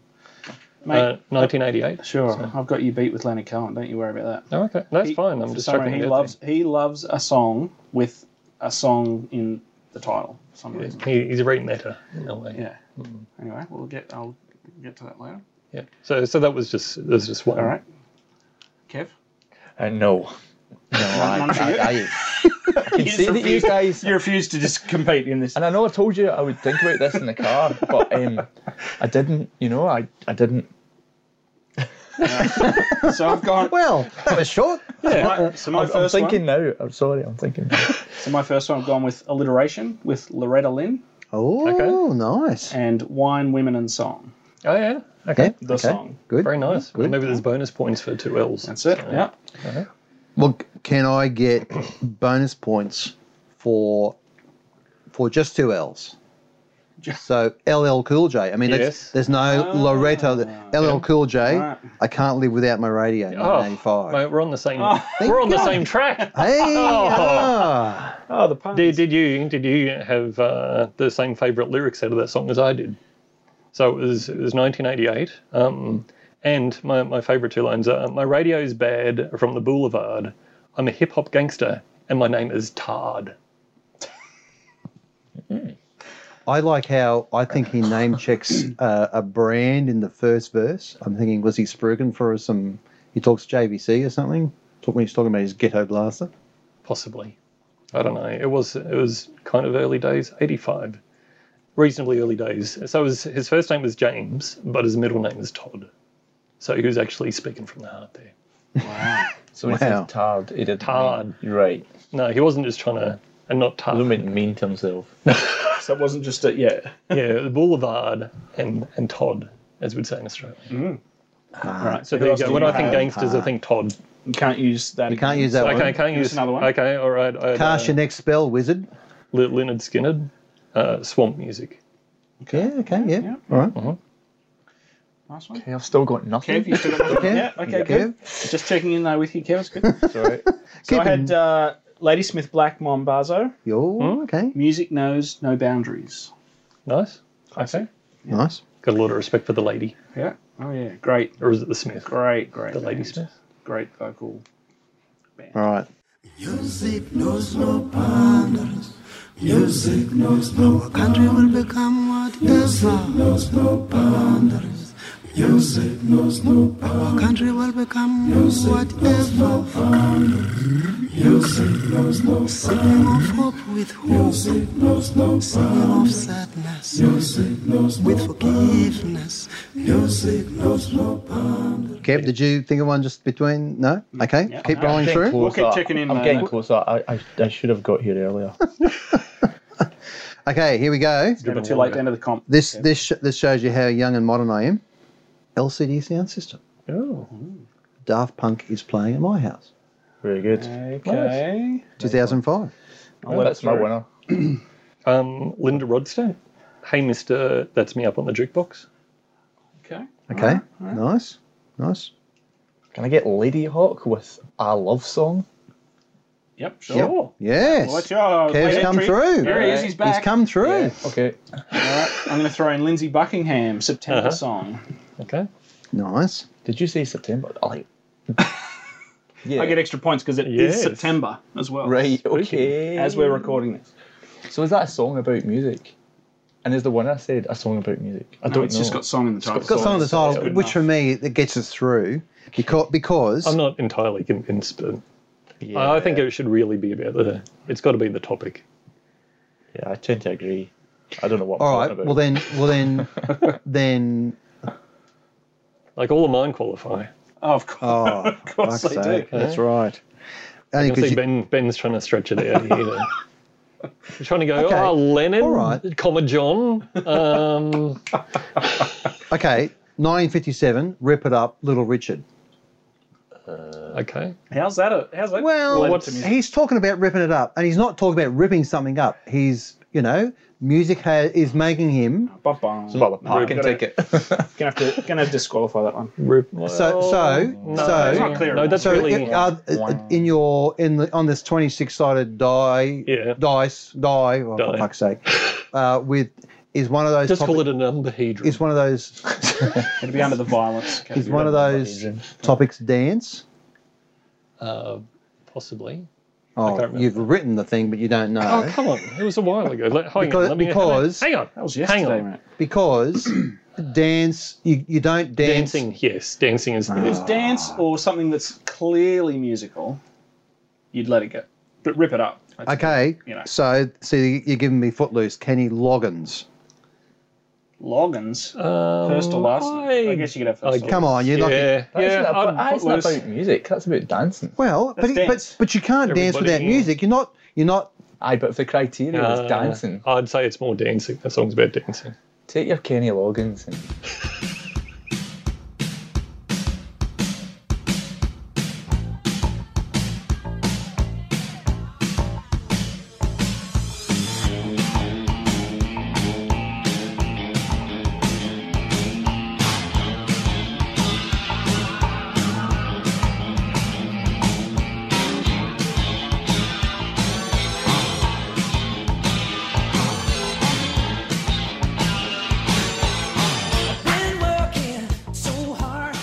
[SPEAKER 1] mate.
[SPEAKER 4] uh, 1988.
[SPEAKER 1] sure, I've got you beat with Leonard Cohen. Don't you worry about that.
[SPEAKER 4] Oh, okay, that's
[SPEAKER 1] He-
[SPEAKER 4] fine. I'm
[SPEAKER 1] for
[SPEAKER 4] just
[SPEAKER 1] some reason,
[SPEAKER 4] checking.
[SPEAKER 1] He
[SPEAKER 4] it out
[SPEAKER 1] loves he loves a song with a song in the title. For some
[SPEAKER 4] there.
[SPEAKER 1] reason,
[SPEAKER 4] He, he's very meta in a way.
[SPEAKER 1] yeah. Anyway, we'll get I'll get to that later.
[SPEAKER 4] Yeah. So, so that was just there's just one.
[SPEAKER 1] All right, Kev.
[SPEAKER 2] Uh, no. No, I,
[SPEAKER 1] none for you?
[SPEAKER 2] I, I, I can see that you guys.
[SPEAKER 1] You refuse to just compete in <laughs> this.
[SPEAKER 2] And I know I told you I would think about this in the car, but um, I didn't. You know, I, I didn't.
[SPEAKER 1] <laughs> So I've gone.
[SPEAKER 3] Well, that was short.
[SPEAKER 1] my- so my
[SPEAKER 2] I'm, I'm
[SPEAKER 1] first
[SPEAKER 2] thinking
[SPEAKER 1] one.
[SPEAKER 2] now. I'm sorry. I'm thinking. Now.
[SPEAKER 1] So my first one. I've gone with alliteration with Loretta Lynn
[SPEAKER 3] Oh,
[SPEAKER 4] Okay.
[SPEAKER 3] nice.
[SPEAKER 1] and wine, women, and song.
[SPEAKER 4] Oh yeah. Okay.
[SPEAKER 3] Okay,
[SPEAKER 1] The
[SPEAKER 3] okay,
[SPEAKER 1] song.
[SPEAKER 3] Good.
[SPEAKER 4] Very nice.
[SPEAKER 3] Good.
[SPEAKER 4] Maybe there's bonus points for two L's.
[SPEAKER 1] That's it. Yeah.
[SPEAKER 3] Well, c- can I get bonus points for for just two L's?
[SPEAKER 1] Ju-
[SPEAKER 3] So LL Cool J. I mean,
[SPEAKER 4] Yes.
[SPEAKER 3] that's, there's no
[SPEAKER 1] Ah,
[SPEAKER 3] Loretta. The- LL Cool J.
[SPEAKER 1] Right.
[SPEAKER 3] I can't live without my radio.
[SPEAKER 4] Oh,
[SPEAKER 3] 1985.
[SPEAKER 4] mate, we're on the same.
[SPEAKER 1] Oh,
[SPEAKER 4] we're on the
[SPEAKER 3] God. <laughs>
[SPEAKER 4] same track.
[SPEAKER 3] Hey, ah.
[SPEAKER 2] Oh, the pun.
[SPEAKER 4] Did, did you did you have uh, the same favourite lyrics out of that song as I did? So it was it was 1988, um, and my, my favourite two lines are "My radio's bad from the boulevard. I'm a hip hop gangster, and my name is Tard."
[SPEAKER 3] I like how I think he name checks uh, a brand in the first verse. I'm thinking, was he spruiking for some? He talks JVC or something. Talk when he's talking about his ghetto blaster.
[SPEAKER 4] Possibly, I don't know. It was it was kind of early days, 85, reasonably early days. So his his first name was James, but his middle name is Todd. So he was actually speaking from the heart there.
[SPEAKER 1] Wow.
[SPEAKER 2] So when
[SPEAKER 3] Wow.
[SPEAKER 2] he said tard, he did
[SPEAKER 4] Tard.
[SPEAKER 2] You're right.
[SPEAKER 4] No, he wasn't just trying to and not
[SPEAKER 2] I don't
[SPEAKER 4] Tard.
[SPEAKER 2] mean mean to himself.
[SPEAKER 1] so it wasn't just a yeah.
[SPEAKER 4] yeah, the Boulevard and, and Todd, as we'd say in Australia.
[SPEAKER 1] All right.
[SPEAKER 4] So there you go. When I think
[SPEAKER 1] gang,
[SPEAKER 4] gangsters, I think Todd.
[SPEAKER 1] you can't use that.
[SPEAKER 3] You can't use that
[SPEAKER 4] Okay, I
[SPEAKER 3] one.
[SPEAKER 4] can't
[SPEAKER 1] Give us
[SPEAKER 4] use
[SPEAKER 1] another one.
[SPEAKER 4] Okay, all right. I had,
[SPEAKER 3] Cast
[SPEAKER 4] uh,
[SPEAKER 3] your next spell, wizard.
[SPEAKER 4] Le- Leonard Skinner, uh, Swamp Music.
[SPEAKER 3] Yeah. Okay. Yeah.
[SPEAKER 1] Yeah.
[SPEAKER 3] All right.
[SPEAKER 1] Nice one.
[SPEAKER 2] I've still got nothing.
[SPEAKER 1] <laughs> Kev, you still got
[SPEAKER 3] Kev?
[SPEAKER 1] Yeah. Okay.
[SPEAKER 3] Yeah.
[SPEAKER 1] Good. Just checking in though with you, Kev. It's good. <laughs>
[SPEAKER 2] Sorry.
[SPEAKER 1] So I
[SPEAKER 3] Keep
[SPEAKER 1] had
[SPEAKER 3] in-
[SPEAKER 1] uh, Ladysmith Black Mombazo.
[SPEAKER 3] Yo,
[SPEAKER 1] Hmm?
[SPEAKER 3] okay.
[SPEAKER 1] Music knows no boundaries.
[SPEAKER 4] Nice. Okay.
[SPEAKER 3] Nice.
[SPEAKER 4] Got a lot of respect for the lady.
[SPEAKER 1] Yeah. Oh yeah. Great.
[SPEAKER 4] Or is it the Smith?
[SPEAKER 1] Great. Great.
[SPEAKER 4] The Lady
[SPEAKER 1] band.
[SPEAKER 4] Smith?
[SPEAKER 1] Great vocal.
[SPEAKER 3] All right.
[SPEAKER 6] Music knows no boundaries. Music knows no boundaries. country will become what is Music knows no boundaries. Music knows no boundaries. Our country will become what is no boundaries. Music knows no boundaries. Singing of hope with hope. Music knows no boundaries. Singing of sadness. forgiveness. Music knows with forgiveness. Music knows no boundaries.
[SPEAKER 3] Kev, did you think of one just between? No? Okay.
[SPEAKER 1] Yeah.
[SPEAKER 3] Keep
[SPEAKER 1] No,
[SPEAKER 3] rolling
[SPEAKER 2] Getting
[SPEAKER 3] through.
[SPEAKER 1] We'll keep
[SPEAKER 2] closer.
[SPEAKER 1] checking in,
[SPEAKER 2] I'm
[SPEAKER 1] uh,
[SPEAKER 2] getting
[SPEAKER 1] Matt.
[SPEAKER 2] closer. I, I, I should have got here earlier.
[SPEAKER 3] Okay, here we go.
[SPEAKER 1] Never too late to enter the comp.
[SPEAKER 3] This this sh- this shows you how young and modern I am. LCD sound system.
[SPEAKER 2] Oh,
[SPEAKER 3] Daft Punk is playing at my house.
[SPEAKER 2] very good.
[SPEAKER 1] Okay.
[SPEAKER 3] 2005.
[SPEAKER 2] Oh, that's my
[SPEAKER 4] Sorry.
[SPEAKER 2] winner.
[SPEAKER 4] Um, Linda Rodstadt. Hey, Mister, that's me up on the jukebox.
[SPEAKER 1] Okay.
[SPEAKER 3] Okay, nice, nice.
[SPEAKER 2] Can I get Lady Hawk with a love song?
[SPEAKER 1] Yep. Sure.
[SPEAKER 3] Yep. Yes.
[SPEAKER 1] What's your
[SPEAKER 3] Kev's come through.
[SPEAKER 1] There he is.
[SPEAKER 2] Alright.
[SPEAKER 1] He's
[SPEAKER 3] He's
[SPEAKER 1] back.
[SPEAKER 3] come through.
[SPEAKER 2] Okay.
[SPEAKER 1] All right. I'm going to throw in Lindsay Buckingham, September
[SPEAKER 4] Uh-huh.
[SPEAKER 1] song.
[SPEAKER 4] Okay.
[SPEAKER 3] Nice.
[SPEAKER 2] Did you say September? I Like, yeah.
[SPEAKER 1] I get extra points because it is
[SPEAKER 4] Yes.
[SPEAKER 1] September as well.
[SPEAKER 2] right. Okay.
[SPEAKER 1] As we're recording this.
[SPEAKER 2] So is that a song about music? And is the one I said a song about music? I
[SPEAKER 1] No,
[SPEAKER 2] don't
[SPEAKER 1] it's
[SPEAKER 2] know.
[SPEAKER 1] just got song in the title.
[SPEAKER 3] It's got some of the
[SPEAKER 1] so it's
[SPEAKER 3] title,
[SPEAKER 1] good
[SPEAKER 3] which
[SPEAKER 1] enough.
[SPEAKER 3] for me that gets us through because because
[SPEAKER 4] I'm not entirely convinced, but
[SPEAKER 2] Yeah,
[SPEAKER 4] I think it should really be about the. It's got to be the topic.
[SPEAKER 2] Yeah, I tend to agree. I don't know what. I'm
[SPEAKER 3] all
[SPEAKER 2] talking about.
[SPEAKER 3] right. Well then, well <laughs> then, then.
[SPEAKER 4] Like all of mine qualify.
[SPEAKER 1] Oh, of course.
[SPEAKER 3] Oh,
[SPEAKER 1] <laughs> of course
[SPEAKER 3] fuck's
[SPEAKER 1] they
[SPEAKER 3] sake,
[SPEAKER 1] do.
[SPEAKER 3] That's right. Only
[SPEAKER 4] You can
[SPEAKER 3] 'cause
[SPEAKER 4] see
[SPEAKER 3] you-
[SPEAKER 4] Ben. Ben's trying to stretch it out here. though.
[SPEAKER 3] <laughs>
[SPEAKER 4] He's trying to go.
[SPEAKER 3] Okay.
[SPEAKER 4] Oh, Lennon,
[SPEAKER 3] All right.
[SPEAKER 4] comma John. Um, <laughs>
[SPEAKER 3] okay, 1957. Rip it up, Little Richard.
[SPEAKER 4] okay.
[SPEAKER 1] How's that? A, how's that?
[SPEAKER 3] Well,
[SPEAKER 1] related to
[SPEAKER 4] what's-
[SPEAKER 1] music?
[SPEAKER 3] he's talking about ripping it up, and he's not talking about ripping something up. He's, you know, music ha- is making him.
[SPEAKER 1] Ba-bum.
[SPEAKER 2] It's about the
[SPEAKER 1] No,
[SPEAKER 2] parking
[SPEAKER 1] gotta-
[SPEAKER 2] ticket. <laughs>
[SPEAKER 1] Gonna have to gonna have to disqualify that one.
[SPEAKER 3] So, so,
[SPEAKER 1] Oh,
[SPEAKER 4] no,
[SPEAKER 3] so.
[SPEAKER 1] it's not clear
[SPEAKER 4] No,
[SPEAKER 1] enough.
[SPEAKER 4] that's
[SPEAKER 3] So
[SPEAKER 4] really.
[SPEAKER 3] it- are-
[SPEAKER 2] Wow.
[SPEAKER 3] in your in the on this twenty six sided die
[SPEAKER 4] Yeah.
[SPEAKER 3] dice die oh, for
[SPEAKER 4] Die.
[SPEAKER 3] fuck's sake uh, with is one of those
[SPEAKER 4] just
[SPEAKER 3] topic-
[SPEAKER 4] call it a number hedron.
[SPEAKER 3] is one of
[SPEAKER 4] <laughs>
[SPEAKER 3] those
[SPEAKER 1] It'll be under the violence.
[SPEAKER 3] <laughs> is
[SPEAKER 1] category.
[SPEAKER 3] one of those topics dance.
[SPEAKER 4] Uh, possibly.
[SPEAKER 3] Oh,
[SPEAKER 4] remember.
[SPEAKER 3] you've written the thing, but you don't
[SPEAKER 4] Oh,
[SPEAKER 3] know
[SPEAKER 4] come on. It was a while ago. Let, hang
[SPEAKER 3] Because-
[SPEAKER 4] on. Let me,
[SPEAKER 3] because-
[SPEAKER 4] hang on.
[SPEAKER 1] That was
[SPEAKER 4] Hang
[SPEAKER 1] yesterday,
[SPEAKER 4] on.
[SPEAKER 1] man.
[SPEAKER 4] <clears throat>
[SPEAKER 3] because dance you, you don't dance.
[SPEAKER 4] Dancing, yes. Dancing is the
[SPEAKER 1] If it's dance or something that's clearly musical, you'd let it go. But rip it up. That's-
[SPEAKER 3] Okay,
[SPEAKER 1] You know.
[SPEAKER 3] so see, you're giving me Footloose, Kenny Loggins.
[SPEAKER 1] Logans,
[SPEAKER 3] Ah.
[SPEAKER 4] Um,
[SPEAKER 1] first or last?
[SPEAKER 4] I,
[SPEAKER 1] I, guess you could have
[SPEAKER 4] I
[SPEAKER 1] first. or
[SPEAKER 4] guess-
[SPEAKER 3] Come
[SPEAKER 1] last.
[SPEAKER 3] on, you're
[SPEAKER 4] yeah,
[SPEAKER 3] not.
[SPEAKER 4] yeah.
[SPEAKER 2] That isn't about-
[SPEAKER 4] I'm-
[SPEAKER 2] that isn't
[SPEAKER 1] footloose.
[SPEAKER 2] about music. That's about dancing.
[SPEAKER 3] Well, but,
[SPEAKER 1] That's
[SPEAKER 3] but
[SPEAKER 1] dance.
[SPEAKER 3] but you can't dance without
[SPEAKER 4] Everybody-
[SPEAKER 3] music. You're not you're not
[SPEAKER 2] Aye, but if the criteria is
[SPEAKER 4] uh,
[SPEAKER 2] dancing,
[SPEAKER 4] I'd say it's more dancing. That song's about dancing.
[SPEAKER 2] take your Kenny Loggins and
[SPEAKER 5] Been working so hard.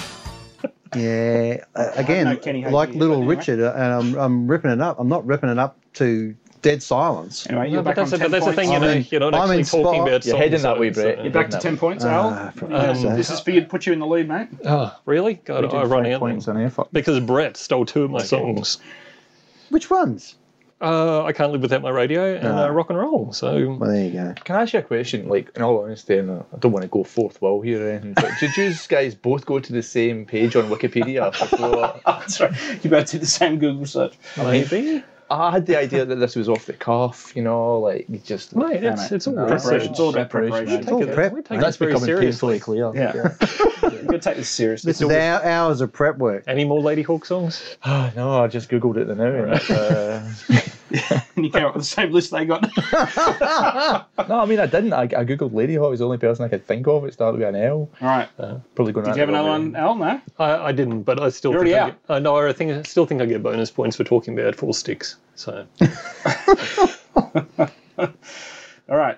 [SPEAKER 3] Yeah, uh, again,
[SPEAKER 1] know Kenny Hogan
[SPEAKER 3] like
[SPEAKER 1] either,
[SPEAKER 3] Little
[SPEAKER 1] anyway.
[SPEAKER 3] Richard, uh, and I'm, I'm ripping it up. I'm not ripping it up to dead silence.
[SPEAKER 1] Anyway, you're
[SPEAKER 4] No,
[SPEAKER 1] back
[SPEAKER 4] but that's,
[SPEAKER 1] on
[SPEAKER 4] a,
[SPEAKER 1] 10
[SPEAKER 4] but that's the
[SPEAKER 1] points.
[SPEAKER 4] thing, you know.
[SPEAKER 3] I'm in-
[SPEAKER 4] You're not
[SPEAKER 3] I'm
[SPEAKER 4] actually
[SPEAKER 3] in
[SPEAKER 4] talking
[SPEAKER 3] spot.
[SPEAKER 4] about
[SPEAKER 2] You're
[SPEAKER 4] songs,
[SPEAKER 2] heading that
[SPEAKER 4] so
[SPEAKER 2] way,
[SPEAKER 4] it's, uh,
[SPEAKER 2] Brett.
[SPEAKER 1] You're back to
[SPEAKER 2] No.
[SPEAKER 1] 10 points,
[SPEAKER 3] Ah,
[SPEAKER 1] Al.
[SPEAKER 3] for
[SPEAKER 1] Yeah,
[SPEAKER 3] fuck's
[SPEAKER 1] this
[SPEAKER 3] sake.
[SPEAKER 1] is for you to put you in the lead, mate. <laughs>
[SPEAKER 4] Oh, really? God, I run out
[SPEAKER 2] points
[SPEAKER 4] then.
[SPEAKER 2] on effort.
[SPEAKER 4] because Brett stole two of my songs.
[SPEAKER 3] Which ones?
[SPEAKER 4] Uh, I can't live without my radio and
[SPEAKER 3] No.
[SPEAKER 4] uh, rock and roll. So
[SPEAKER 3] Well, there you go.
[SPEAKER 2] Can I ask you a question? Like, in all honesty, and uh, I don't want to go fourth wall here, or anything, but did
[SPEAKER 4] <laughs>
[SPEAKER 2] you guys both go to the same page on Wikipedia? before-
[SPEAKER 1] Oh, sorry. You better do the same Google search.
[SPEAKER 4] maybe,
[SPEAKER 2] I had the idea that this was off the cuff, you know, like you just.
[SPEAKER 4] mate, it's it's all
[SPEAKER 2] No,
[SPEAKER 4] research.
[SPEAKER 1] Preparation. It's all about
[SPEAKER 2] Preparation.
[SPEAKER 1] preparation.
[SPEAKER 3] It's all
[SPEAKER 4] it-
[SPEAKER 3] prep.
[SPEAKER 4] we take
[SPEAKER 3] mate.
[SPEAKER 4] it
[SPEAKER 2] That's
[SPEAKER 4] very
[SPEAKER 2] becoming
[SPEAKER 4] seriously.
[SPEAKER 2] painfully clear.
[SPEAKER 1] Yeah. you got to take this seriously.
[SPEAKER 3] This is our hours of prep work.
[SPEAKER 4] Any more Lady Hawk songs?
[SPEAKER 2] <laughs> Ah, no, I just googled it now. and it's, uh,
[SPEAKER 1] and <laughs> you came up with the same list they got. <laughs>
[SPEAKER 2] no, I mean I didn't. I, I googled Lady Hawk. It was the only person I could think of. It started with an L.
[SPEAKER 1] All right.
[SPEAKER 2] Probably going.
[SPEAKER 1] Did you have another one, Al? No?
[SPEAKER 4] I, I didn't, but I still
[SPEAKER 1] You're
[SPEAKER 4] think I,
[SPEAKER 1] already
[SPEAKER 4] get, I know. I think I still think I get bonus points for talking about four sticks. So
[SPEAKER 1] All right.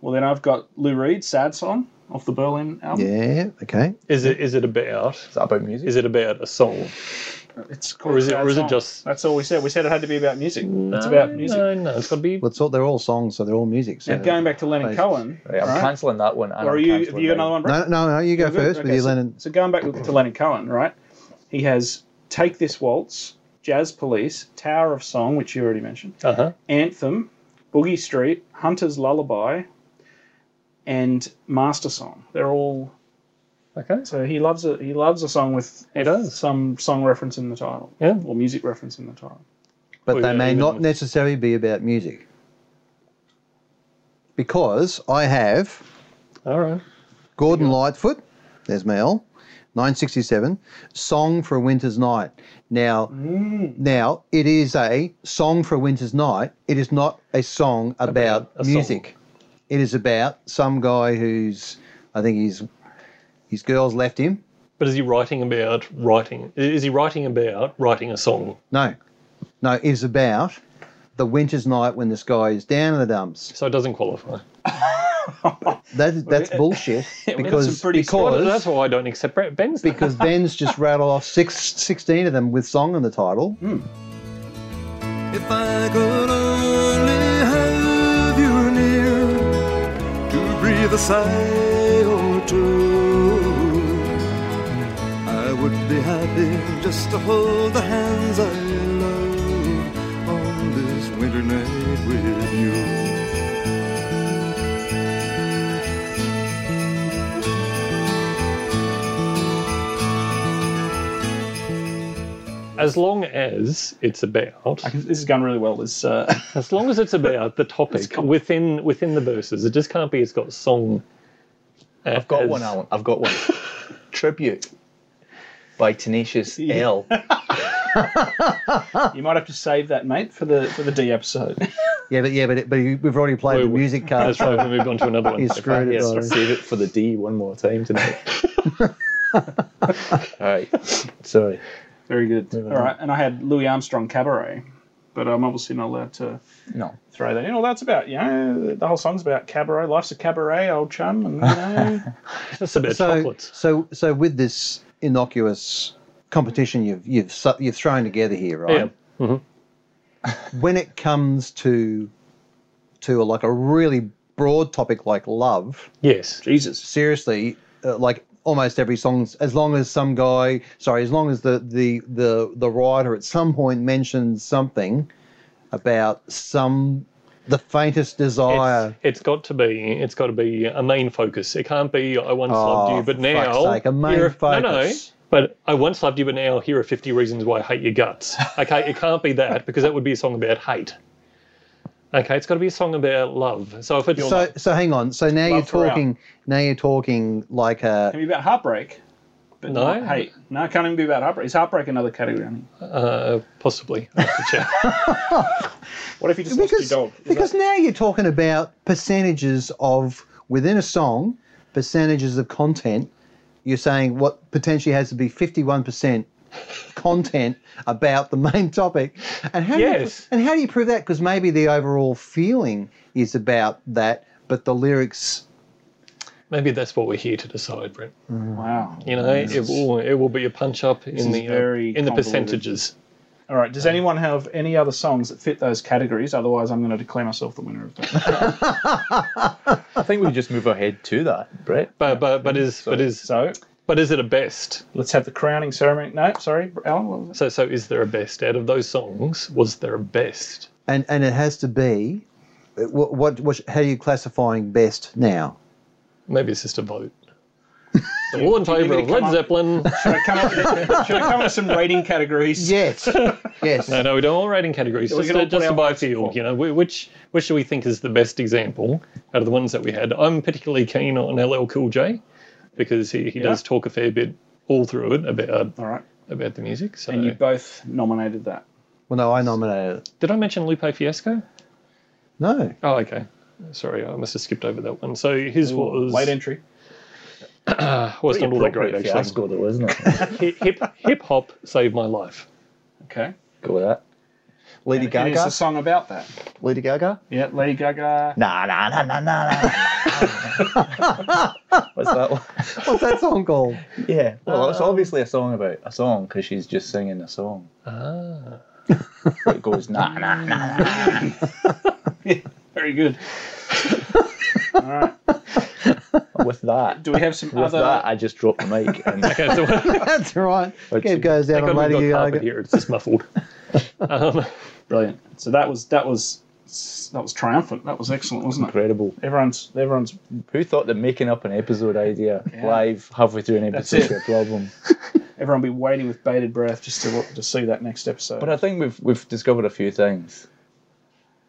[SPEAKER 1] Well, then I've got Lou Reed, Sad Song, off the Berlin album.
[SPEAKER 3] Yeah, okay.
[SPEAKER 4] is it is it about
[SPEAKER 2] Is that about music?
[SPEAKER 4] is it about a song?
[SPEAKER 1] It's called
[SPEAKER 4] Or is it-
[SPEAKER 1] Sad
[SPEAKER 4] or is it
[SPEAKER 1] Song.
[SPEAKER 4] just-
[SPEAKER 1] That's all we said. We said it had to be about music. it's about music.
[SPEAKER 4] No, no, it's got to be.
[SPEAKER 3] Well, it's all, they're all songs, so they're all music. So.
[SPEAKER 1] Now, going back to Lennon
[SPEAKER 3] Right.
[SPEAKER 1] Cohen,
[SPEAKER 2] Right, I'm
[SPEAKER 1] right?
[SPEAKER 2] cancelling that one. and
[SPEAKER 1] or are
[SPEAKER 2] I'm
[SPEAKER 1] you, have
[SPEAKER 2] cancelling
[SPEAKER 1] you got
[SPEAKER 2] mine.
[SPEAKER 1] another one, Brett?
[SPEAKER 3] No, no, no, you go
[SPEAKER 1] You're good?
[SPEAKER 3] first with
[SPEAKER 1] Okay,
[SPEAKER 3] your
[SPEAKER 1] so,
[SPEAKER 3] Lennon.
[SPEAKER 1] So going back with- to Lennon Cohen, right? He has Take This Waltz, Jazz Police, Tower of Song, which you
[SPEAKER 4] Uh-huh.
[SPEAKER 1] already mentioned,
[SPEAKER 4] Uh huh.
[SPEAKER 1] Anthem, Boogie Street, Hunter's Lullaby, and Master Song. They're all
[SPEAKER 4] Okay.
[SPEAKER 1] so he loves a he loves a song with
[SPEAKER 4] He does.
[SPEAKER 1] some song reference in the title
[SPEAKER 4] Yeah.
[SPEAKER 1] or music reference in the title.
[SPEAKER 3] but
[SPEAKER 1] Oh,
[SPEAKER 4] Well,
[SPEAKER 3] they
[SPEAKER 4] yeah,
[SPEAKER 3] may
[SPEAKER 4] even
[SPEAKER 3] not
[SPEAKER 4] with-
[SPEAKER 3] necessarily be about music. Because I have
[SPEAKER 4] All right.
[SPEAKER 3] Gordon Lightfoot, there's Mel, 967, Song for a Winter's Night. Now, now it is a song for a winter's night. It is not a song about,
[SPEAKER 4] About a
[SPEAKER 3] music. It is about some guy who's, I think he's, his girls left him.
[SPEAKER 4] But is he writing about writing? Is he writing about writing a song?
[SPEAKER 3] No, no, it is about the winter's night when this guy is down in the dumps.
[SPEAKER 4] So it doesn't qualify.
[SPEAKER 3] That, that's bullshit
[SPEAKER 1] that's
[SPEAKER 3] because
[SPEAKER 1] some pretty strong-
[SPEAKER 4] Well,
[SPEAKER 3] because
[SPEAKER 4] that's why I don't accept Brett Ben's. thing.
[SPEAKER 3] because Ben's just rattled off six, 16 of them with song in the title.
[SPEAKER 6] If I could only have you near to breathe a sigh or two, I would be happy just to hold the hands I love on this winter night with you.
[SPEAKER 4] as long as it's about,
[SPEAKER 1] I can, this has gone really well. This <laughs> uh,
[SPEAKER 4] as long as it's about the
[SPEAKER 1] It's
[SPEAKER 4] topic
[SPEAKER 1] got-
[SPEAKER 4] within within the verses, it just can't be. It's got song.
[SPEAKER 2] I've got one, Alan. I've got <laughs> one. Tribute
[SPEAKER 1] <laughs>
[SPEAKER 2] by Tenacious L.
[SPEAKER 1] you might have to save that, mate, for the for the D episode.
[SPEAKER 3] Yeah, but yeah, but, it, but we've already played
[SPEAKER 4] Wait,
[SPEAKER 3] the
[SPEAKER 4] wait.
[SPEAKER 3] music card.
[SPEAKER 4] That's right. We moved on to another one.
[SPEAKER 3] He's screwed it.
[SPEAKER 2] Yes,
[SPEAKER 3] Sorry.
[SPEAKER 2] save it for the D one more time tonight. All right. Sorry.
[SPEAKER 1] Very good. All
[SPEAKER 2] on.
[SPEAKER 1] right, and I had Louis Armstrong Cabaret, but I'm obviously not allowed to
[SPEAKER 2] No.
[SPEAKER 1] throw that in. Well, that's about you know the whole song's about cabaret. Life's a cabaret, old chum, and you know,
[SPEAKER 4] That's about
[SPEAKER 3] so,
[SPEAKER 4] chocolates.
[SPEAKER 3] so, so with this innocuous competition you've you've su- you've thrown together here,
[SPEAKER 4] Yeah.
[SPEAKER 3] right? When it comes to to like a really broad topic like love,
[SPEAKER 4] Yes.
[SPEAKER 1] <laughs> Jesus,
[SPEAKER 3] seriously, uh, like almost every song, as long as some guy, sorry, as long as the the the the writer at some point mentions something about some the faintest desire.
[SPEAKER 4] It's, it's got to be. It's got to be a main focus. It can't be. I once loved
[SPEAKER 3] Oh,
[SPEAKER 4] you, but
[SPEAKER 3] for
[SPEAKER 4] now
[SPEAKER 3] fuck's sake, a main
[SPEAKER 4] here are- No, no.
[SPEAKER 3] focus.
[SPEAKER 4] But I once loved you, but now here are fifty reasons why I hate
[SPEAKER 3] <laughs>
[SPEAKER 4] your guts. Okay, it can't be that because that would be a song about hate. Okay, it's got to be a song about love. So if it's
[SPEAKER 3] so so hang on. So now you're
[SPEAKER 1] Love for out.
[SPEAKER 3] talking. Now you're talking like a
[SPEAKER 1] can be about heartbreak. But
[SPEAKER 4] No.
[SPEAKER 1] not hate. no, it can't even be about heartbreak. Is heartbreak another category? I mean?
[SPEAKER 4] uh, possibly, I have to check.
[SPEAKER 1] What if you just
[SPEAKER 3] because,
[SPEAKER 1] lost your dog? Is
[SPEAKER 3] because
[SPEAKER 1] that-
[SPEAKER 3] now you're talking about percentages of within a song, percentages of content. You're saying what potentially has to be 51% content about the main topic, and how
[SPEAKER 4] Yes.
[SPEAKER 3] do you, and how do you prove that? Because maybe the overall feeling is about that, but the lyrics.
[SPEAKER 4] Maybe that's what we're here to decide, Brent.
[SPEAKER 1] wow.
[SPEAKER 4] You know,
[SPEAKER 3] Mm.
[SPEAKER 4] it will it will be a punch up in
[SPEAKER 1] is
[SPEAKER 4] the uh,
[SPEAKER 1] very
[SPEAKER 4] in the
[SPEAKER 1] convoluted.
[SPEAKER 4] percentages.
[SPEAKER 1] All right. Does anyone have any other songs that fit those categories? Otherwise, I'm going to declare myself the winner of that.
[SPEAKER 2] I think we just move ahead to that, Brett.
[SPEAKER 4] But but but is but is
[SPEAKER 1] Mm-hmm. so
[SPEAKER 4] but is it a best?
[SPEAKER 1] let's have the crowning ceremony. No, sorry, Alan. What was it?
[SPEAKER 4] So so is there a best out of those songs? Was there a best?
[SPEAKER 3] And, and it has to be, uh, what, what, what how are you classifying best now?
[SPEAKER 4] Maybe it's just
[SPEAKER 1] <laughs>
[SPEAKER 4] a vote. So all in
[SPEAKER 1] you need
[SPEAKER 4] favour
[SPEAKER 1] to
[SPEAKER 4] of
[SPEAKER 1] come
[SPEAKER 4] Led
[SPEAKER 1] up- <laughs>
[SPEAKER 4] Zeppelin?
[SPEAKER 1] Should I come up with, should I come up with some rating categories? <laughs>
[SPEAKER 3] Yes, yes.
[SPEAKER 4] no, no, we don't all rating categories.
[SPEAKER 1] We
[SPEAKER 4] Just,
[SPEAKER 1] can all
[SPEAKER 4] uh,
[SPEAKER 1] put
[SPEAKER 4] just
[SPEAKER 1] our
[SPEAKER 4] by
[SPEAKER 1] votes
[SPEAKER 4] feel,
[SPEAKER 1] for.
[SPEAKER 4] you know, wh- which which do we think is the best example out of the ones that we had? I'm particularly keen on LL Cool J because he, he does talk a fair bit all through it about uh,
[SPEAKER 1] All right.
[SPEAKER 4] about the music. So
[SPEAKER 1] And you both nominated that.
[SPEAKER 3] Well, no, I nominated it.
[SPEAKER 4] did I mention Lupe Fiasco?
[SPEAKER 3] No.
[SPEAKER 4] Oh, okay. Sorry, I must have skipped over that one. So his was
[SPEAKER 1] Late entry.
[SPEAKER 4] was not all that
[SPEAKER 2] Appropriate
[SPEAKER 4] great actually.
[SPEAKER 2] fiasco, though, isn't <laughs> it?
[SPEAKER 4] Hi- <laughs> Hip hip hop saved my
[SPEAKER 1] <laughs>
[SPEAKER 4] life.
[SPEAKER 1] Okay.
[SPEAKER 2] Go with that. Lady
[SPEAKER 1] And It's a
[SPEAKER 2] Gaga.
[SPEAKER 1] song about that.
[SPEAKER 2] Lady Gaga.
[SPEAKER 1] Yeah, Lady
[SPEAKER 2] <laughs>
[SPEAKER 1] Gaga.
[SPEAKER 2] Nah, nah, nah, nah, nah. <laughs> nah. What's that one?
[SPEAKER 3] What's that song called?
[SPEAKER 2] Yeah. Well, it's obviously a song about a song because she's just singing a song.
[SPEAKER 4] Ah,
[SPEAKER 2] It goes nah, nah, nah.
[SPEAKER 1] Very
[SPEAKER 2] <laughs>
[SPEAKER 1] good. All right.
[SPEAKER 2] With that,
[SPEAKER 1] Do we have some
[SPEAKER 2] with
[SPEAKER 1] other?
[SPEAKER 2] that, I just dropped the mic. And
[SPEAKER 4] okay.
[SPEAKER 3] <laughs>
[SPEAKER 4] So <laughs>
[SPEAKER 3] That's right.
[SPEAKER 2] But
[SPEAKER 3] Kev goes down
[SPEAKER 4] thank
[SPEAKER 3] on
[SPEAKER 4] God we've
[SPEAKER 3] Lady
[SPEAKER 1] <laughs>
[SPEAKER 4] got carpet
[SPEAKER 3] Gaga.
[SPEAKER 4] here. It's just muffled. um,
[SPEAKER 1] Brilliant. So that was that was that was triumphant. That was excellent, wasn't it?
[SPEAKER 2] Incredible.
[SPEAKER 1] Everyone's everyone's
[SPEAKER 2] Who thought that making up an episode idea live halfway through an
[SPEAKER 1] That's
[SPEAKER 2] episode
[SPEAKER 1] it.
[SPEAKER 2] was a problem?
[SPEAKER 1] everyone be waiting with bated breath just to to see that next episode.
[SPEAKER 2] But I think we've we've discovered a few things.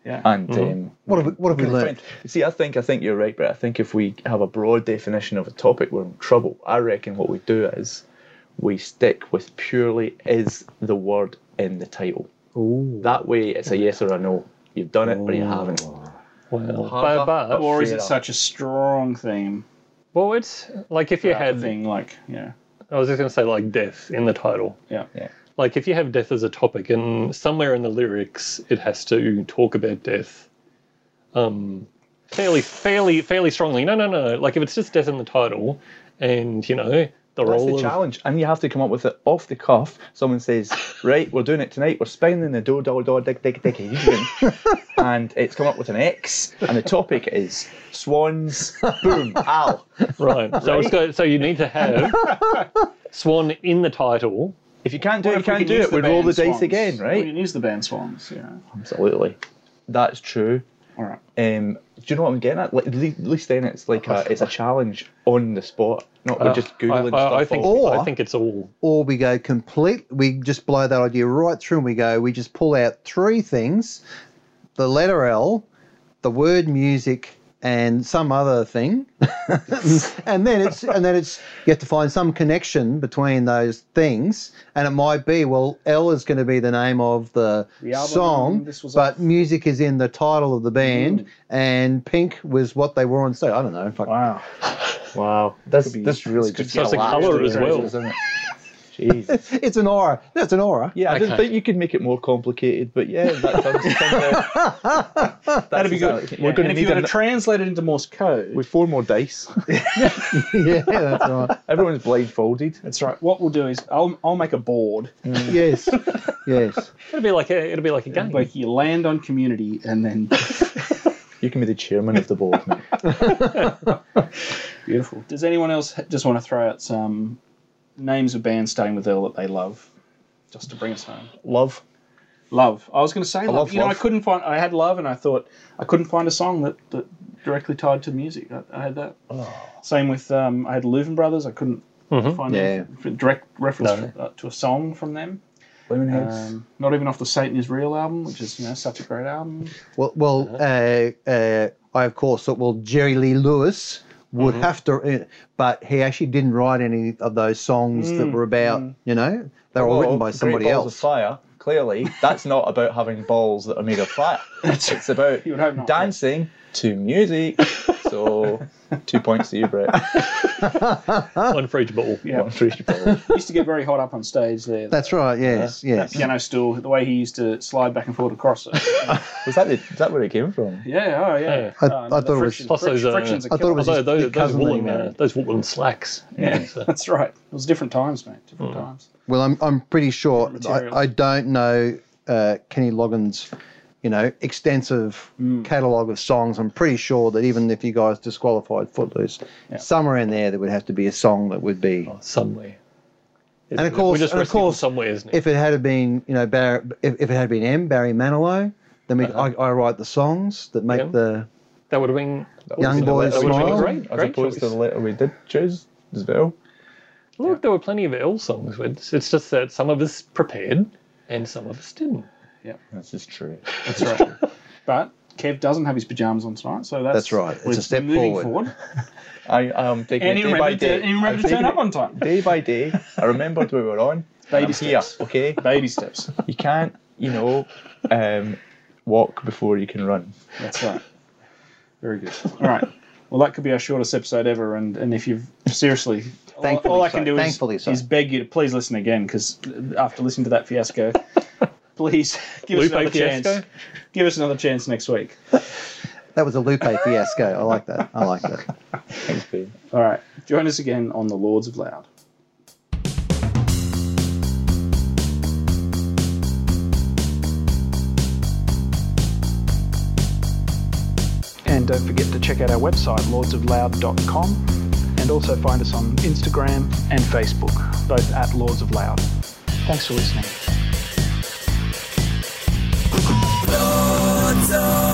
[SPEAKER 1] yeah,
[SPEAKER 2] And um,
[SPEAKER 3] What have we, what have we learned?
[SPEAKER 2] See, I think I think you're right, but I think if we have a broad definition of a topic, we're in trouble. I reckon what we do is we stick with purely is the word in the title. That way, it's a yes or a no. You've done it or you haven't.
[SPEAKER 4] Well,
[SPEAKER 2] Harder
[SPEAKER 4] but, but-
[SPEAKER 1] or is
[SPEAKER 2] fair.
[SPEAKER 1] it such a strong theme?
[SPEAKER 4] well, it's like if you
[SPEAKER 1] Had
[SPEAKER 4] had,
[SPEAKER 1] thing like yeah,
[SPEAKER 4] I was just going to say like death in the title.
[SPEAKER 1] yeah,
[SPEAKER 4] Like if you have death as a topic, and somewhere in the lyrics it has to talk about death, um, fairly, fairly, fairly strongly. No, no, no. Like if it's just death in the title, and you know the
[SPEAKER 2] That's
[SPEAKER 4] role
[SPEAKER 2] the
[SPEAKER 4] of
[SPEAKER 2] challenge, and you have to come up with it off the cuff. Someone <laughs> says, "Right, we're doing it tonight. We're spinning the do do do dig dig dig," <laughs> evening." and it's come up with an X, and the topic is swans. <laughs> Boom, Ah, Al.
[SPEAKER 4] <laughs> right. So it's got, so you need to
[SPEAKER 2] <laughs>
[SPEAKER 4] have Swan in the title.
[SPEAKER 2] If you can't do
[SPEAKER 1] What
[SPEAKER 2] it, you
[SPEAKER 1] if we
[SPEAKER 2] can't
[SPEAKER 1] could
[SPEAKER 2] do
[SPEAKER 1] use
[SPEAKER 2] it. We'd roll the
[SPEAKER 1] band
[SPEAKER 2] dice
[SPEAKER 1] Swans?
[SPEAKER 2] again,
[SPEAKER 1] We
[SPEAKER 2] right?
[SPEAKER 1] can use the band swans. Yeah,
[SPEAKER 2] Absolutely, that's true.
[SPEAKER 1] all right.
[SPEAKER 2] Um, do you know what I'm getting at? Like, at le- at least then it's like a, it's a challenge on the spot, not we're just googling
[SPEAKER 4] Uh, I, I-
[SPEAKER 2] stuff.
[SPEAKER 4] I think
[SPEAKER 2] off.
[SPEAKER 3] Or-
[SPEAKER 4] I think it's all
[SPEAKER 3] Or we go complete, we just blow that idea right through and we go, we just pull out three things the letter L, the word music, and some other thing. <laughs> and then it's, and then it's, you have to find some connection between those things. And it might be, well, L is going to be the name of the,
[SPEAKER 1] The album
[SPEAKER 3] song,
[SPEAKER 1] this was
[SPEAKER 3] but
[SPEAKER 1] off.
[SPEAKER 3] music is in the title of the band, and pink was what they were on stage. I don't know. Fuck.
[SPEAKER 1] Wow.
[SPEAKER 2] wow, that's
[SPEAKER 1] be-
[SPEAKER 2] this really
[SPEAKER 1] this could
[SPEAKER 2] just
[SPEAKER 1] get
[SPEAKER 2] a
[SPEAKER 4] That's a
[SPEAKER 2] lot
[SPEAKER 4] colour
[SPEAKER 2] of
[SPEAKER 4] as well.
[SPEAKER 2] differences, <laughs> isn't it? Jeez.
[SPEAKER 3] It's an aura. That's an aura.
[SPEAKER 2] <laughs> Yeah, I didn't
[SPEAKER 4] Okay.
[SPEAKER 2] think you could make it more complicated, but yeah, that comes. <laughs>
[SPEAKER 1] That'd be good.
[SPEAKER 2] We're
[SPEAKER 1] Yeah,
[SPEAKER 2] going to
[SPEAKER 1] and if you
[SPEAKER 2] need
[SPEAKER 1] were to
[SPEAKER 2] an,
[SPEAKER 1] translate it into Morse code,
[SPEAKER 2] with four more dice.
[SPEAKER 3] <laughs>
[SPEAKER 2] <laughs>
[SPEAKER 3] yeah, that's right.
[SPEAKER 2] Everyone's blindfolded.
[SPEAKER 1] that's right. What we'll do is I'll, I'll make a board. <laughs>
[SPEAKER 3] Yes, yes.
[SPEAKER 4] it'll be like a it'll be like a game.
[SPEAKER 1] Like you land on community and then <laughs>
[SPEAKER 2] You can be the chairman of the <laughs> board, mate.
[SPEAKER 1] beautiful. Does anyone else ha- just want to throw out some names of bands starting with L that they love, just to bring us home?
[SPEAKER 2] Love.
[SPEAKER 1] Love. I was going to say love.
[SPEAKER 2] love
[SPEAKER 1] you know, I
[SPEAKER 2] Love.
[SPEAKER 1] couldn't find. I had love, and I thought I couldn't find a song that, that directly tied to the music. I, I had that.
[SPEAKER 3] Oh.
[SPEAKER 1] Same with um, I had Leuven Brothers. I couldn't
[SPEAKER 4] Mm-hmm.
[SPEAKER 1] find
[SPEAKER 3] Yeah.
[SPEAKER 1] a direct reference
[SPEAKER 4] No.
[SPEAKER 1] uh, to a song from them.
[SPEAKER 2] Lemonheads.
[SPEAKER 1] Um, not even off the Satan is Real album, which is you know such a great album.
[SPEAKER 3] Well, well, uh, uh, I of course thought. Well, Jerry Lee Lewis would have to, uh, but he actually didn't write any of those songs that were about. You know, they were all written by
[SPEAKER 2] Great
[SPEAKER 3] somebody
[SPEAKER 2] balls Of
[SPEAKER 3] else.
[SPEAKER 2] fire. Clearly, that's not about having balls that are made of fire. <laughs> it's about
[SPEAKER 1] You would hope not.
[SPEAKER 2] dancing to music. <laughs> So, two points to you, Brett. <laughs>
[SPEAKER 4] one for each ball.
[SPEAKER 1] Yeah.
[SPEAKER 2] One for each ball.
[SPEAKER 1] He used to get very hot up on stage there.
[SPEAKER 3] That's right. Yes, yes.
[SPEAKER 1] piano stool, the way he used to slide back and forth across
[SPEAKER 3] <laughs>
[SPEAKER 1] it.
[SPEAKER 2] Was that the, is that where it came from?
[SPEAKER 1] yeah, oh yeah.
[SPEAKER 3] I-
[SPEAKER 1] Oh, no,
[SPEAKER 3] I
[SPEAKER 1] the
[SPEAKER 3] thought it was-
[SPEAKER 1] friction-
[SPEAKER 4] Plus those, uh,
[SPEAKER 1] friction's a
[SPEAKER 3] I thought it was
[SPEAKER 1] killer.
[SPEAKER 4] Although
[SPEAKER 3] his
[SPEAKER 4] those,
[SPEAKER 3] big
[SPEAKER 4] those
[SPEAKER 3] cousin that he
[SPEAKER 4] woolen uh,
[SPEAKER 3] married.
[SPEAKER 4] those woolen slacks.
[SPEAKER 1] <laughs> yeah,
[SPEAKER 4] So-
[SPEAKER 1] that's right. It was different times, mate.
[SPEAKER 4] Mm.
[SPEAKER 1] Different times.
[SPEAKER 3] Well, I'm I'm pretty sure.
[SPEAKER 1] Material.
[SPEAKER 3] I, I don't know uh, Kenny Loggins. You know, extensive catalogue of songs. I'm pretty sure that even if you guys disqualified Footloose, somewhere in there there would have to be a song that would be.
[SPEAKER 4] Oh, somewhere.
[SPEAKER 3] and of course,
[SPEAKER 4] We're just
[SPEAKER 3] and of
[SPEAKER 4] resting
[SPEAKER 3] course,
[SPEAKER 4] somewhere, isn't it?
[SPEAKER 3] if it had been you know Barry, if, if it had been M Barry Manilow, then we, I, I write the songs that make
[SPEAKER 4] Yeah.
[SPEAKER 3] the
[SPEAKER 4] that would have been
[SPEAKER 3] Young boys
[SPEAKER 4] that would have been
[SPEAKER 3] smile.
[SPEAKER 4] great.
[SPEAKER 2] As
[SPEAKER 4] great
[SPEAKER 2] opposed to
[SPEAKER 4] choice.
[SPEAKER 2] the letter we did choose as well.
[SPEAKER 4] Look, there were plenty of L songs. but It's it's just that some of us prepared and some of us didn't.
[SPEAKER 2] This is true.
[SPEAKER 1] That's right. <laughs> but Kev doesn't have his pajamas on tonight, so that's
[SPEAKER 3] That's right. It's
[SPEAKER 1] we're
[SPEAKER 3] a step
[SPEAKER 1] moving
[SPEAKER 3] forward.
[SPEAKER 2] I am taking
[SPEAKER 1] And
[SPEAKER 2] it
[SPEAKER 1] he
[SPEAKER 2] day by
[SPEAKER 1] remembered,
[SPEAKER 2] day.
[SPEAKER 1] to, he remembered
[SPEAKER 2] I'm
[SPEAKER 1] to turn
[SPEAKER 2] taking
[SPEAKER 1] up
[SPEAKER 2] it
[SPEAKER 1] on time.
[SPEAKER 3] <laughs>
[SPEAKER 2] Day by day, I remembered we were
[SPEAKER 4] <laughs>
[SPEAKER 2] on.
[SPEAKER 1] Baby
[SPEAKER 2] I'm here,
[SPEAKER 1] steps.
[SPEAKER 2] okay?
[SPEAKER 1] Baby steps.
[SPEAKER 2] You can't, you know, um, walk before you can run.
[SPEAKER 1] That's right. Very good. All right. Well, that could be our shortest episode ever. And, and if you've seriously, all-
[SPEAKER 3] Thankfully
[SPEAKER 1] all, I can
[SPEAKER 3] so.
[SPEAKER 1] do is,
[SPEAKER 3] Thankfully so.
[SPEAKER 1] is beg you to please listen again because after listening to that
[SPEAKER 3] <laughs>
[SPEAKER 1] fiasco, please give us
[SPEAKER 4] Lupe
[SPEAKER 1] another chance.
[SPEAKER 4] fiasco?
[SPEAKER 1] Give us another chance next week.
[SPEAKER 3] that was a Lupe fiasco. I like that. I like that.
[SPEAKER 2] Thanks, babe.
[SPEAKER 1] All right. Join us again on the Lords of Loud.
[SPEAKER 7] And don't forget to check out our website, lordsofloud.com, and also find us on Instagram and Facebook, both at Lords of Loud. Thanks for listening.
[SPEAKER 5] Lords of